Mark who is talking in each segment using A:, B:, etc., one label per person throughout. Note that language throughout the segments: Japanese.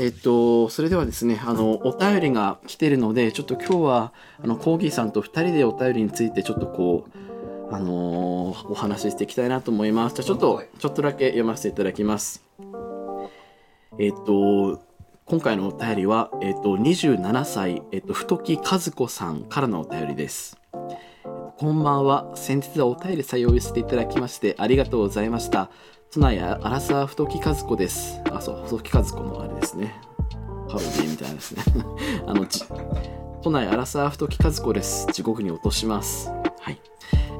A: えっと、それではですね、あの、お便りが来てるので、ちょっと今日は、あの、コーギーさんと二人でお便りについて、ちょっとこう、あのーお話ししていきたいなと思います。じゃあ、ちょっと、ちょっとだけ読ませていただきます。えっと、今回のお便りは、えっと、27歳、えっと、太木和子さんからのお便りです。こんばんは。先日はお便り採用していただきまして、ありがとうございました。都内アラサー太木和子です。あ、そう、太木和子のあれですね。パロディみたいなですね。 あの、じ都内アラサー太木和子です。地獄に落とします。はい。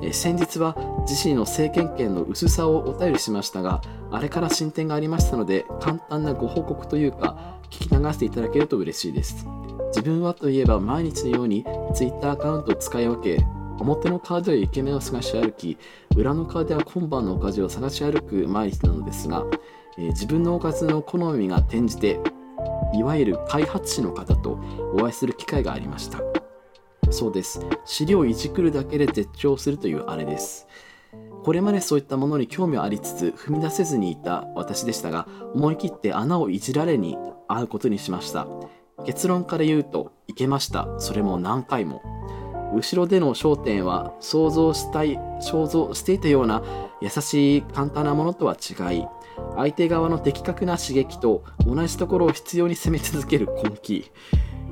A: えー先日は自身の政権権の薄さをお便りしましたが、あれから進展がありましたので、簡単なご報告というか、聞き流していただけると嬉しいです。自分はといえば毎日のように Twitter アカウントを使い分け、表の顔ではイケメンを探し歩き、裏の顔では今晩のおかずを探し歩く毎日なのですが、えー自分のおかずの好みが転じて、いわゆる開発者の方とお会いする機会がありました。そうです。資料をいじくるだけで絶頂するというあれです。これまでそういったものに興味はありつつ踏み出せずにいた私でしたが思い切って穴をいじられに会うことにしました結論から言うといけましたそれも何回も後ろでの焦点は想像したい想像していたような優しい簡単なものとは違い相手側の的確な刺激と同じところを必要に攻め続ける根気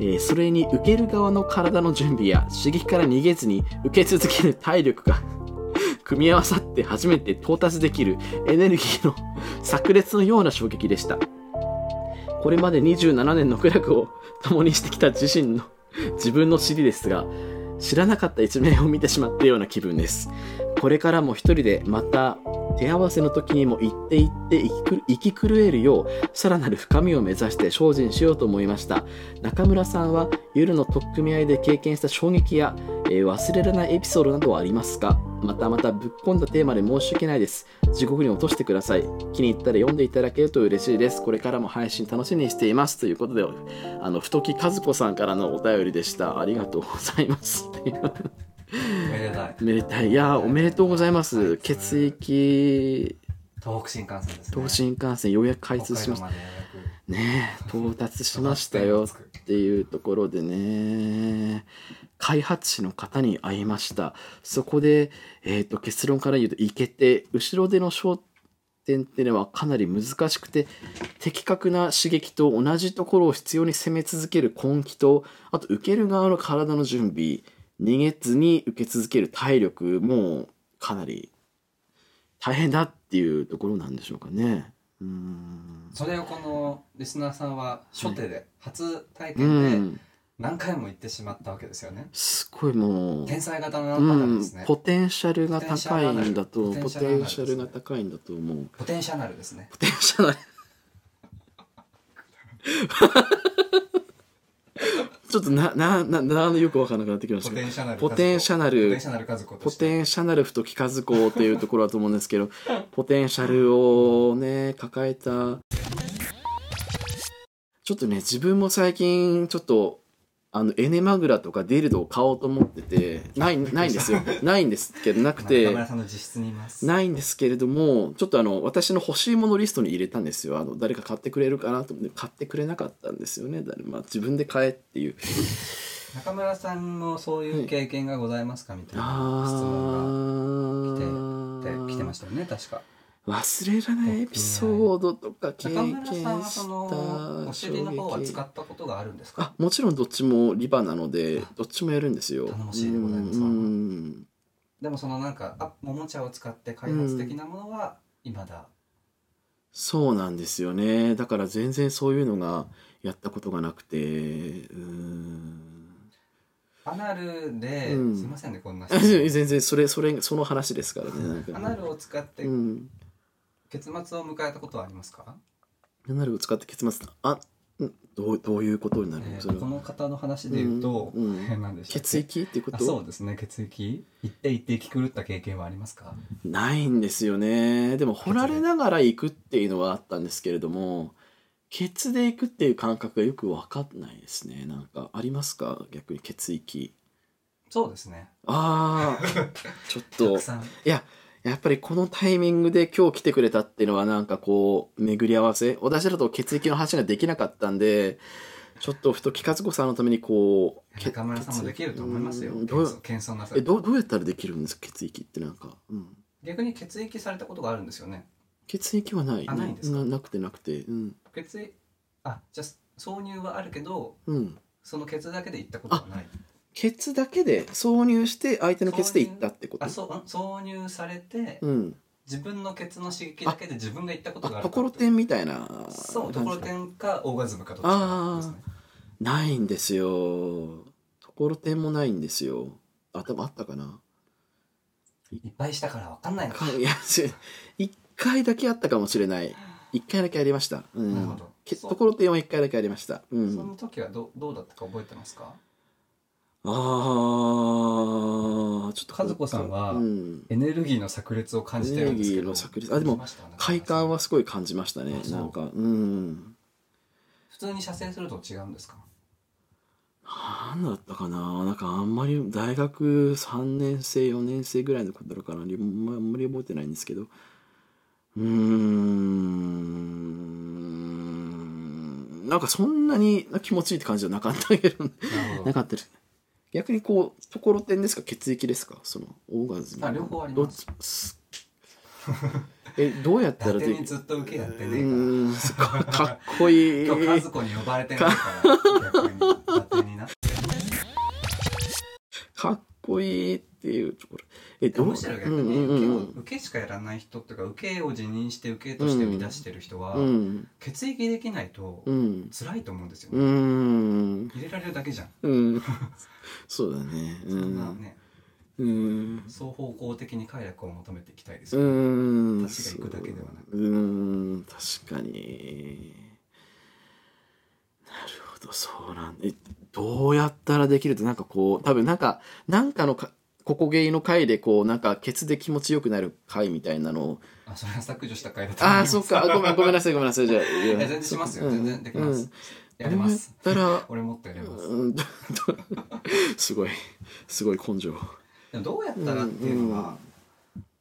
A: えーそれに受ける側の体の準備や刺激から逃げずに受け続ける体力が 組み合わさって初めて到達できるエネルギーの炸裂のような衝撃でしたこれまで27年の苦楽を共にしてきた自身の自分の尻ですが知らなかった一面を見てしまったような気分ですこれからも一人でまた手合わせの時にも行って行って生き狂えるようさらなる深みを目指して精進しようと思いました中村さんは夜の取っ組み合いで経験した衝撃や、えー忘れられないエピソードなどはありますかまたまたぶっ込んだテーマで申し訳ないです地獄に落としてください気に入ったら読んでいただけると嬉しいですこれからも配信楽しみにしていますということであの太木和子さんからのお便りでしたありがとうございます
B: めでたい
A: めでたいいやーおめでとうございます血液
B: 東北新幹線ですね
A: 東新幹線ようやく開通しました
B: 北海道でようや
A: ねえ到達
B: く
A: しましたよっていうところでね開発士の方に会いましたそこで、えー、と結論から言うといけて後ろでの焦点っていうのはかなり難しくて的確な刺激と同じところを必要に攻め続ける根気とあと受ける側の体の準備逃げずに受け続ける体力もかなり大変だっていうところなんでしょうかね。うーん
B: それをこのリスナーさんは初手で初体
A: う
B: 験で
A: ん、
B: 何回も行ってしまったわけですよね
A: すごいもう、
B: 天才型の
A: う
B: パターン
A: ん
B: ですね、
A: ポテンシャルが高いんだと、ポ
B: ポ
A: テ
B: テ
A: ン
B: ン
A: シ
B: シ
A: ャ
B: ャ
A: ル
B: ル
A: が
B: が
A: 高いんだと思う。
B: ポテンシャナルですね
A: ポテンシャル。 ちょっとな、な、な、な、よくわからなくなってきまし
B: ポ
A: たけ
B: テ
A: ど
B: ン。シャナル
A: ポテンシャナ
B: ポ
A: ル
B: テンシャナル家族と
A: ポ
B: して
A: テンシャナル太木和子というところだと思うんです けどポテンシャルをね抱えたちょっとね自分も最近ちょっとあのエネマグラとかディルドを買おうと思っててないないんです よないんですけどなくて
B: 中村さんの自室にいます
A: ないんですけれどもちょっとあの私の欲しいものリストに入れたんですよあの誰か買ってくれるかなと思って買ってくれなかったんですよね誰も、まあ、自分で買えっていう
B: 中村さんもそういう経験がございますかみたいな質問
A: あ
B: が来て来てま
A: し
B: したよね確か
A: た忘れられないエピソードとか経
B: 中
A: 験
B: 村さんは
A: し
B: その
A: た
B: お尻の方は使
A: 衝撃
B: ったことがあるんですか
A: あもちろんどっちもリバなので
B: あ
A: どっちもやるんですよ
B: 頼もしいでございます
A: うんうん
B: でもそのなんかあおもちゃを使って開発的なものは未だ、
A: そうなんですよねだから全然そういうのがやったことがなくてうん
B: アナルで、
A: うん
B: すいませんねこ んな質問
A: 全然それそれその話ですからねなんかね
B: アナルを使って
A: うん
B: 結末を迎えたことはありますか、
A: アナルを使って結末あんどうどういうことになる
B: え
A: の
B: ー
A: それ
B: こ
A: は
B: の方の話で言うと、
A: うんうん
B: 変なんでしたっけ
A: 血液っていうこ
B: あ
A: と
B: そうですね血液行って行って生き狂った経験はありますか
A: ないんですよねでも掘られながら行くっていうのはあったんですけれどもケツで行くっていう感覚がよく分かんないですねなんかありますか逆に血液
B: そうですね
A: ああちょったと
B: くさん
A: いややっぱりこのタイミングで今日来てくれたっていうのはなんかこう、巡り合わせ。私だと血液の話ができなかったんで、ちょっとふと木和子さんのためにこう、
B: 中村さんもできると思いますよ
A: うんどう
B: 謙遜謙遜なさ
A: え、
B: る
A: どう、どうやったらできるんですか血液ってなんか。うん。
B: 逆に血液されたことがあるんですよね
A: 血液はない。
B: あないんですか
A: なくてなくて。うん。
B: 血液あじゃあ挿入はあるけど
A: うん。
B: そのケツだけで行ったことはない
A: ケツだけで挿入して相手のケツでいったってこと
B: あそう挿入されて、
A: うん。
B: 自分のケツの刺激だけで自分が行ったことがあ
A: あ、
B: る
A: ところてんみたいな。
B: そうところてんかオーガズムかどっち
A: あ
B: かですね
A: ーないんですよ。ところてんもないんですよ。頭あったか ない
B: っぱいしたからわかんないのか
A: かいや、し一回だけあったかもしれない。一回だけありました。う
B: なるほ
A: ん
B: ど。
A: け
B: そう
A: ところてんは一回だけありました。う
B: そ
A: ん。
B: の時はどうどうだったか覚えてますか
A: あー、ちょっと。
B: 和子さんは
A: うん。
B: エネルギーの炸裂を感じてるんですけど
A: エネルギーの炸裂あでも快感はすごい感じましたね
B: あ。そう
A: なんか、うん。
B: 普通に射精すると違うんですか
A: なんだったかななんかあんまり大学3年生4年生ぐらいのことだからあんまり覚えてないんですけどうーんなんかそんなに気持ちいいって感じじゃなかったけど
B: なるほ
A: な
B: ど
A: かったです逆にこうところてんですか血液ですかそのオーガズム
B: あ両方あります
A: どっちすえどうやったらで
B: 伊達
A: き
B: に
A: る
B: ずっと受けやって
A: う
B: ねえ
A: ーんそっかかっこいい
B: から今日和子に呼ばれてないから逆に伊達にな
A: かっこいいっていうところえどう
B: むしろ逆
A: うん
B: に
A: うん
B: 受け
A: う
B: を
A: ん
B: 受けしかやらない人とか受けを辞任して受けとして売り出してる人は
A: うん
B: 血液できないと
A: うん
B: 辛いと思うんですよ
A: う
B: ね
A: ん
B: 入れられるだけじゃん
A: うん そうだねう
B: そんなんね
A: うん
B: 双方向的に快楽を求めていきたいですよね
A: うん
B: 立ちが行くだけではな
A: そううん確かになるほどそうなんえどうやったらできるってなんかこう多分なんかなんかのかここゲイの回でこうなんかケツで気持ちよくなる回みたいなのを
B: あそれは削除した回だと思い
A: あ
B: ま
A: あ
B: す
A: そっかごめんごめんなさいごめんなさいじゃあ
B: いや全然しますよ全然できますやります
A: どうやったら
B: 俺もっとやります
A: うん、 すごいすごい根性
B: でもどうやったらっていうのは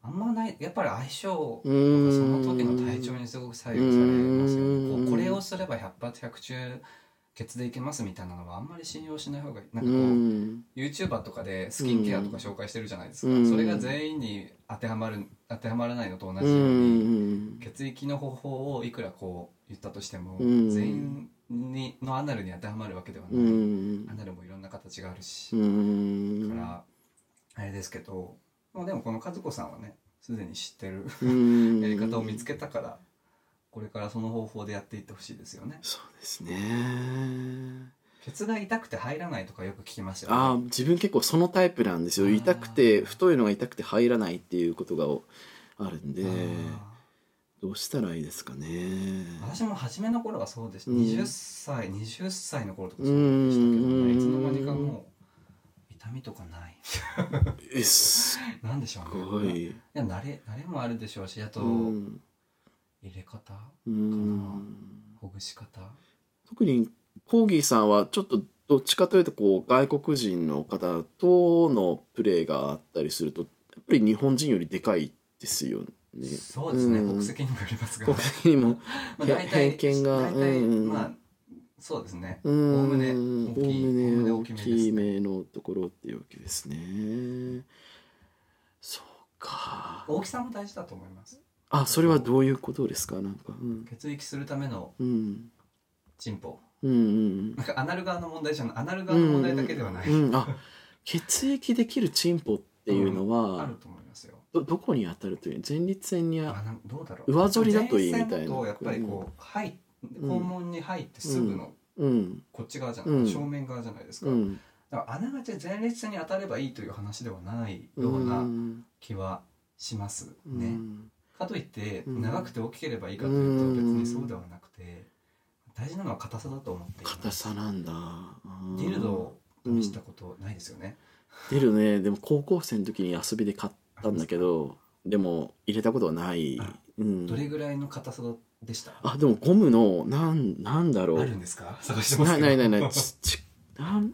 B: あんまないやっぱり相性
A: う
B: とかそ
A: ーん
B: の時の体調にすごく左右されますよねこ
A: うーん
B: うこれをすれば100発100中ケツでいけますみたいなのはあんまり信用しない方がいいなん
A: う
B: かこうん YouTuber とかでスキンケアとか紹介してるじゃないです
A: うん
B: かそれが全員に当てはまる当てはまらないのと同
A: う
B: じように
A: ん
B: 血液の方法をいくらこう言ったとしても、
A: うん
B: 全員にのアナルに当てはまるわけではない、
A: うん
B: アナルもいろんな形があるし、
A: うん
B: だからあれですけどもうでもこの和子さんはねすでに知ってる
A: うん
B: やり方を見つけたからこれからその方法でやっていってほしいですよね
A: そうですね
B: ケツが痛くて入らないとかよく聞きました
A: ああ
B: よね
A: 自分結構そのタイプなんですよ
B: あー
A: 痛くて太いのが痛くて入らないっていうことがあるんで
B: あ
A: どうしたらいいですかね
B: ー私も初めの頃はそうでした、
A: うん
B: 20歳20歳の頃とかそうでしたけ
A: う
B: ど
A: ん
B: ねいつの間にかもう痛みとかない
A: えす
B: なんでしょ
A: ご
B: うね
A: い
B: いや慣れ慣れもあるでしょうしあと
A: うん
B: 入れ方、
A: うん
B: ほぐし方
A: 特にコーギーさんはちょっとどっちかというとこう外国人の方とのプレーがあったりするとやっぱり日本人よりでかいですよね。
B: そうですね、
A: うん
B: 国籍にもよりますが、
A: 国
B: ま
A: 籍にも。
B: あ、大体
A: 偏見が
B: 大体、
A: うん
B: まあそうですね、
A: うん。
B: おおむね大きい
A: おおむね
B: おお
A: 大
B: むね大きめですね
A: きめのところっていうわけですね。そうか。
B: 大きさも大事だと思います
A: あ、それはどういうことですかなんか。うん。
B: 血液するための
A: うん。
B: チンポ
A: うんうん
B: なんかアナル側の問題じゃないアナル側の問題だけではない、
A: うん。うん。あ、血液できるチンポっていうの
B: あ
A: は
B: る、と思いますよ
A: ど、どこに当たるという前立腺にあ
B: あなんどうだろう
A: 上反りだといいみたいな
B: 前線とやっぱりこう、はい
A: ん
B: 肛門に入ってすぐの
A: うん。
B: こっち側じゃない、
A: うん
B: 正面側じゃないですか、
A: うん。
B: だからあながち前立腺に当たればいいという話ではない
A: うん
B: ような気はしますね。
A: うん
B: かといって
A: うん
B: 長くて大きければいいかというと
A: うん
B: 別にそうではなくて大事なのは硬さだと思っています
A: 硬さなんだうん
B: ディルドを試したことないですよね。
A: ディルドねでも高校生の時に遊びで買ったんだけどでも入れたことはない
B: あ、
A: うん
B: ど、れぐらいの硬さでしたあ
A: あでもゴムのなんなんだろう
B: るんですか探してま
A: な
B: す
A: いないないいないちちなん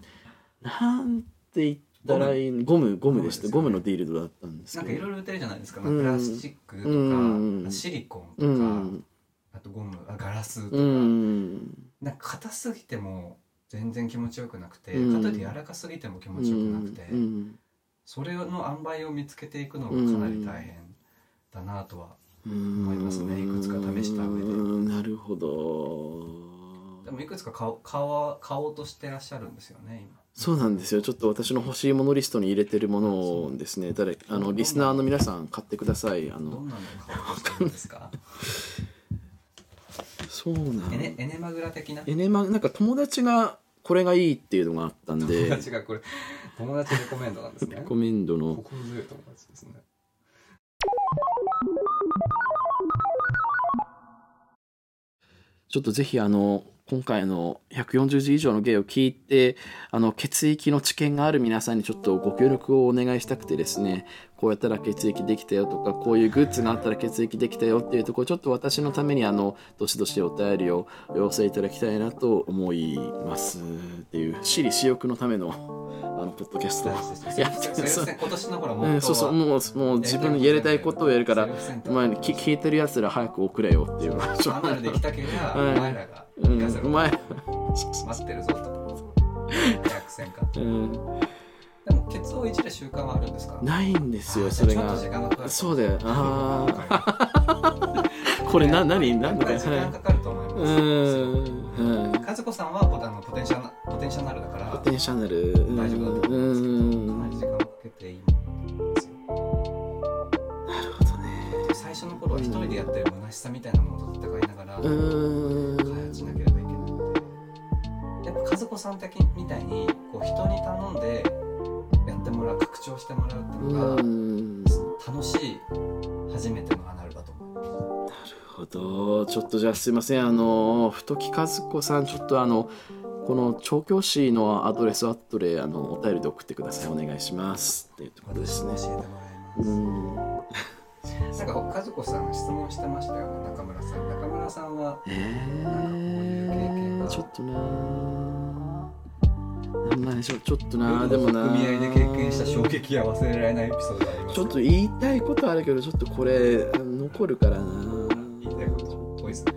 A: なんて言っドライゴムゴムでした、ゴ
B: ゴ
A: ム
B: ム
A: のデ
B: ですよね
A: ィールドだったんです
B: なんか
A: け
B: い
A: ど
B: ろいろ売ってるじゃないですか、まあ
A: うん
B: プラスチックとか、
A: うん
B: シリコンとか、
A: うん
B: あとゴムあガラスとか、
A: うん
B: なんか硬すぎても全然気持ちよくなくて、
A: うん
B: かといって柔らかすぎても気持ちよくなくて、
A: うん
B: それの塩梅を見つけていくのがかなり大変だなとは、
A: 思
B: いますねいくつか試した上で
A: なるほど
B: でもいくつか買おう買おう買おうとしてらっしゃるんですよね今
A: そうなんですよちょっと私の欲しいものリストに入れてるものをですね誰あのリスナーの皆さん買ってくださいあ
B: ど
A: の
B: んなのを買おうとしてるんで すか
A: そうなの
B: エネエネマグラ的な
A: エネマなんか友達がこれがいいっていうのがあったん
B: 友
A: で
B: 達がこれ友達レコメンドなんです ね
A: レコメンドの
B: 心強い友達ですね
A: ちょっとぜひあの今回の140字以上の芸を聞いてあの血液の知見がある皆さんにちょっとご協力をお願いしたくてですねこうやったら血液できたよとかこういうグッズがあったら血液できたよっていうところちょっと私のためにあのどしどしお便りをお寄せいただきたいなと思いますっていう私利私欲のための あのポッドキャストを
B: い
A: や
B: や
A: っ
B: そ
A: て
B: うで
A: ます
B: すね今年のほら
A: う
B: も
A: ん、そうそうもうもう自分のやりたいことをやる から、まあ、き聞いてるやつら早く送れよっていう 話を
B: アナルできたけが、
A: うん
B: お前らが
A: う
B: 行かせ
A: ん、う
B: ろ
A: まい、
B: 待ってるぞと逆線か
A: うん、
B: でもケツをいじる習慣はあるんですか
A: ないんですよ
B: あ
A: それ
B: じゃあ
A: が
B: ちょっと時間がかかる
A: そうだよあ
B: あ
A: あこれな何何だか
B: だから時間
A: は
B: かかると思い
A: い
B: ます、
A: うんはい
B: 和子さんはボタンのポテンシャナポテンシャナルだから
A: ポテンシャナルうん
B: 大丈夫だと思
A: う
B: かなんり
A: な
B: 時間をかけていいものだと思うんですよ
A: るほどね
B: 最初の頃は一人でやってる虚しさみたいなものと戦いながら、開
A: うん
B: 発しなければいけないのでやっぱ和子さん的みたいにこう人に頼んでやってもらう拡張してもらうっていうのが、
A: うん
B: 楽しい初めてのアナルだと思う
A: なるほどちょっとじゃあすいませんあの太木和子さんちょっとあのこの調教師のアドレスアットであのお便りで送ってくださいお願いしますっていうところです
B: 私
A: ね
B: も教えてもらいます、
A: うん
B: なんか和子さん質問してましたよね中村さん中村さんは
A: え
B: う経験
A: ー、
B: が
A: ちょっとなあんまりちょちょっとなあでもな
B: 組合で経験した衝撃や忘れられないエピソードがあります
A: ちょっと言いたいことあるけどちょっとこれ残るからな
B: 言いたいこと多いですね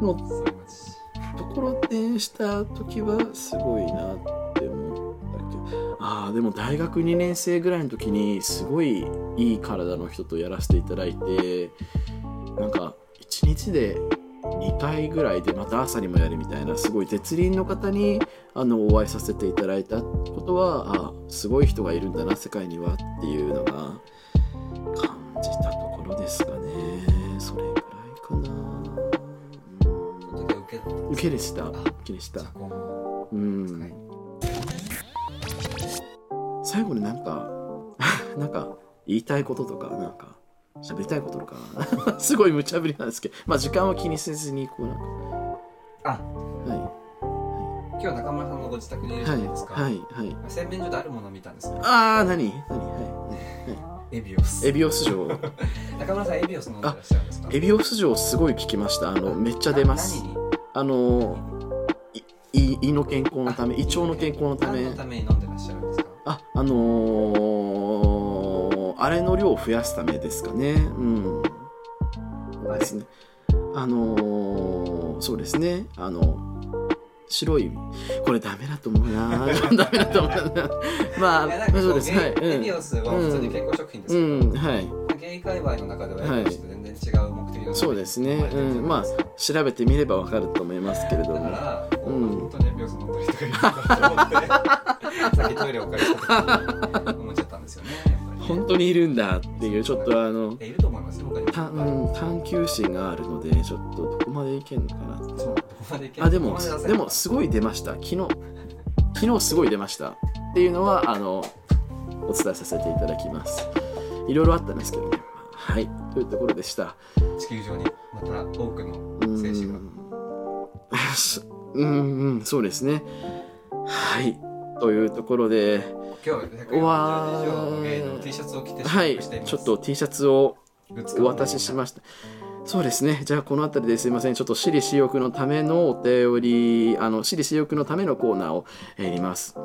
A: もう
B: そういう話
A: ところ転した時はすごいなって思ったけどああでも大学2年生ぐらいの時にすごいいい体の人とやらせていただいてなんか1日で2回ぐらいでまた朝にもやるみたいなすごい絶倫の方にあのお会いさせていただいたことはああすごい人がいるんだな世界にはっていうのが感じたところですかねそれぐらいかな。うん
B: その時は受けた
A: 受けでした受けでし
B: 社
A: た
B: 交も
A: うん最後になんか なんか言いたいこととかなんか喋りたいこととか すごい無茶ぶりなんですけどまあ時間は気にせずにこうなんか
B: あ
A: は
B: 今日中村さんのご自宅にい
A: い
B: るじ
A: は
B: ゃ
A: い
B: ないですか、
A: はいはい
B: 洗面所であるものを見たんですよ
A: ああ何何はい
B: エビオス
A: エビオス 城
B: 中村さんエビオス飲んでらっしゃるんですか
A: エビオス城すごい聞きましたあのめっちゃ出ます
B: 何に
A: あのい胃の健康のため胃腸の健康のた
B: 何
A: め
B: のために飲んでらっしゃるんですか
A: ああのーあれの量を増やすためですかねうん
B: あれ
A: ですねあのーそうですねあの白いこれダメだと思う なダメだと思うなま
B: いやな
A: あ
B: んかこ
A: そう
B: う
A: ですはい
B: ゲイエビオスは普通に健康食品です
A: う
B: け
A: ん、
B: ど、
A: うん、はい
B: ゲイ界隈の中ではエビオスと全然違う目的の
A: そうですねうんまあ調べてみればわかると思いますけれど
B: だか
A: も
B: ら、こう
A: うん
B: 本当にエビオス飲んでる人がいるんだと思ってさっきトイレお借りした時に思っちゃったんですよねやっぱりね
A: 本当にいるんだっていうちょっとあの
B: いやいると思いますよ他にも
A: た、
B: いっぱい
A: うん、探求心があるのでちょっとどこまでいけるのかなって
B: そうどこまでいける
A: あでも
B: どこま出せ
A: で
B: る
A: もすごい出ました昨日昨日すごい出ましたっていうのはあのお伝えさせていただきますいろいろあったんですけどねはいというところでした
B: 地球上にまた多くの
A: う
B: 精子
A: ー
B: が
A: んうんうんそうですねはいというところで
B: 今日140以上のゲイの T シャツを着て
A: は
B: 出
A: い
B: 力しています
A: ちょっと T シャツを
B: グッズ
A: お
B: 買う
A: 渡ししましたそうですねじゃあこの辺りですいませんちょっと私利私欲のためのお便りあの私利私欲のためのコーナーをやります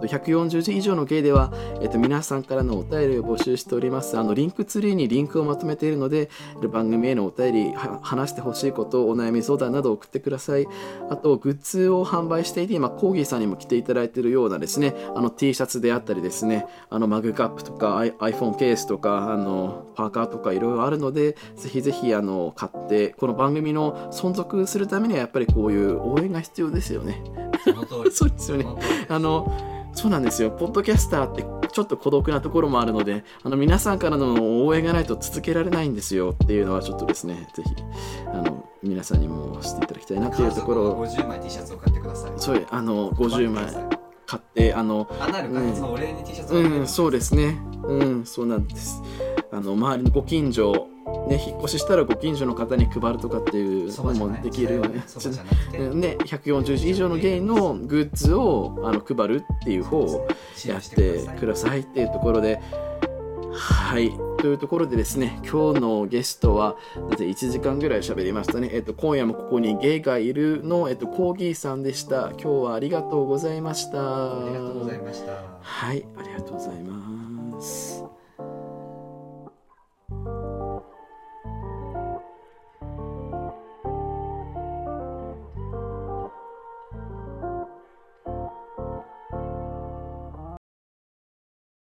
A: と140字以上の芸では、えっと、皆さんからのお便りを募集しておりますあのリンクツリーにリンクをまとめているので番組へのお便りは話してほしいことお悩み相談などを送ってくださいあとグッズを販売していて今コーギーさんにも着ていただいているようなですねあの T シャツであったりですねあのマグカップとかアイ iPhone ケースとかあのパーカーとかいろいろあるのでぜひぜひあの買ってこの番組の存続するためにはやっぱりこういう応援が必要ですよね
B: その通り
A: そうですよね
B: その通りです
A: あのそうなんですよポッドキャスターってちょっと孤独なところもあるのであの皆さんからの応援がないと続けられないんですよっていうのはちょっとですねぜひあの皆さんにも知っていただきたいなっていうところを
B: 50枚 T シャツを買ってください
A: そうあの50枚買ってあの
B: アナルかいつもお礼に T シャツを買って
A: うん、そうですね。うん、そうなんです。あの周りのご近所、ね、引っ越ししたらご近所の方に配るとかっていう
B: そ
A: の
B: ばじゃ
A: も
B: ない
A: できるよね。
B: そばじゃなくて
A: ね、140字以上の芸のグッズをあの配るっていう方を
B: 支
A: や
B: 援
A: っ
B: して
A: て
B: ください
A: くださいっていうところではいというところでですね今日のゲストはなぜ1時間ぐらい喋りましたね、えっと、今夜もここに芸がいるの、えっと、コーギーさんでした今日はありがとうございました
B: ありがとうございました
A: はい、ありがとうございます。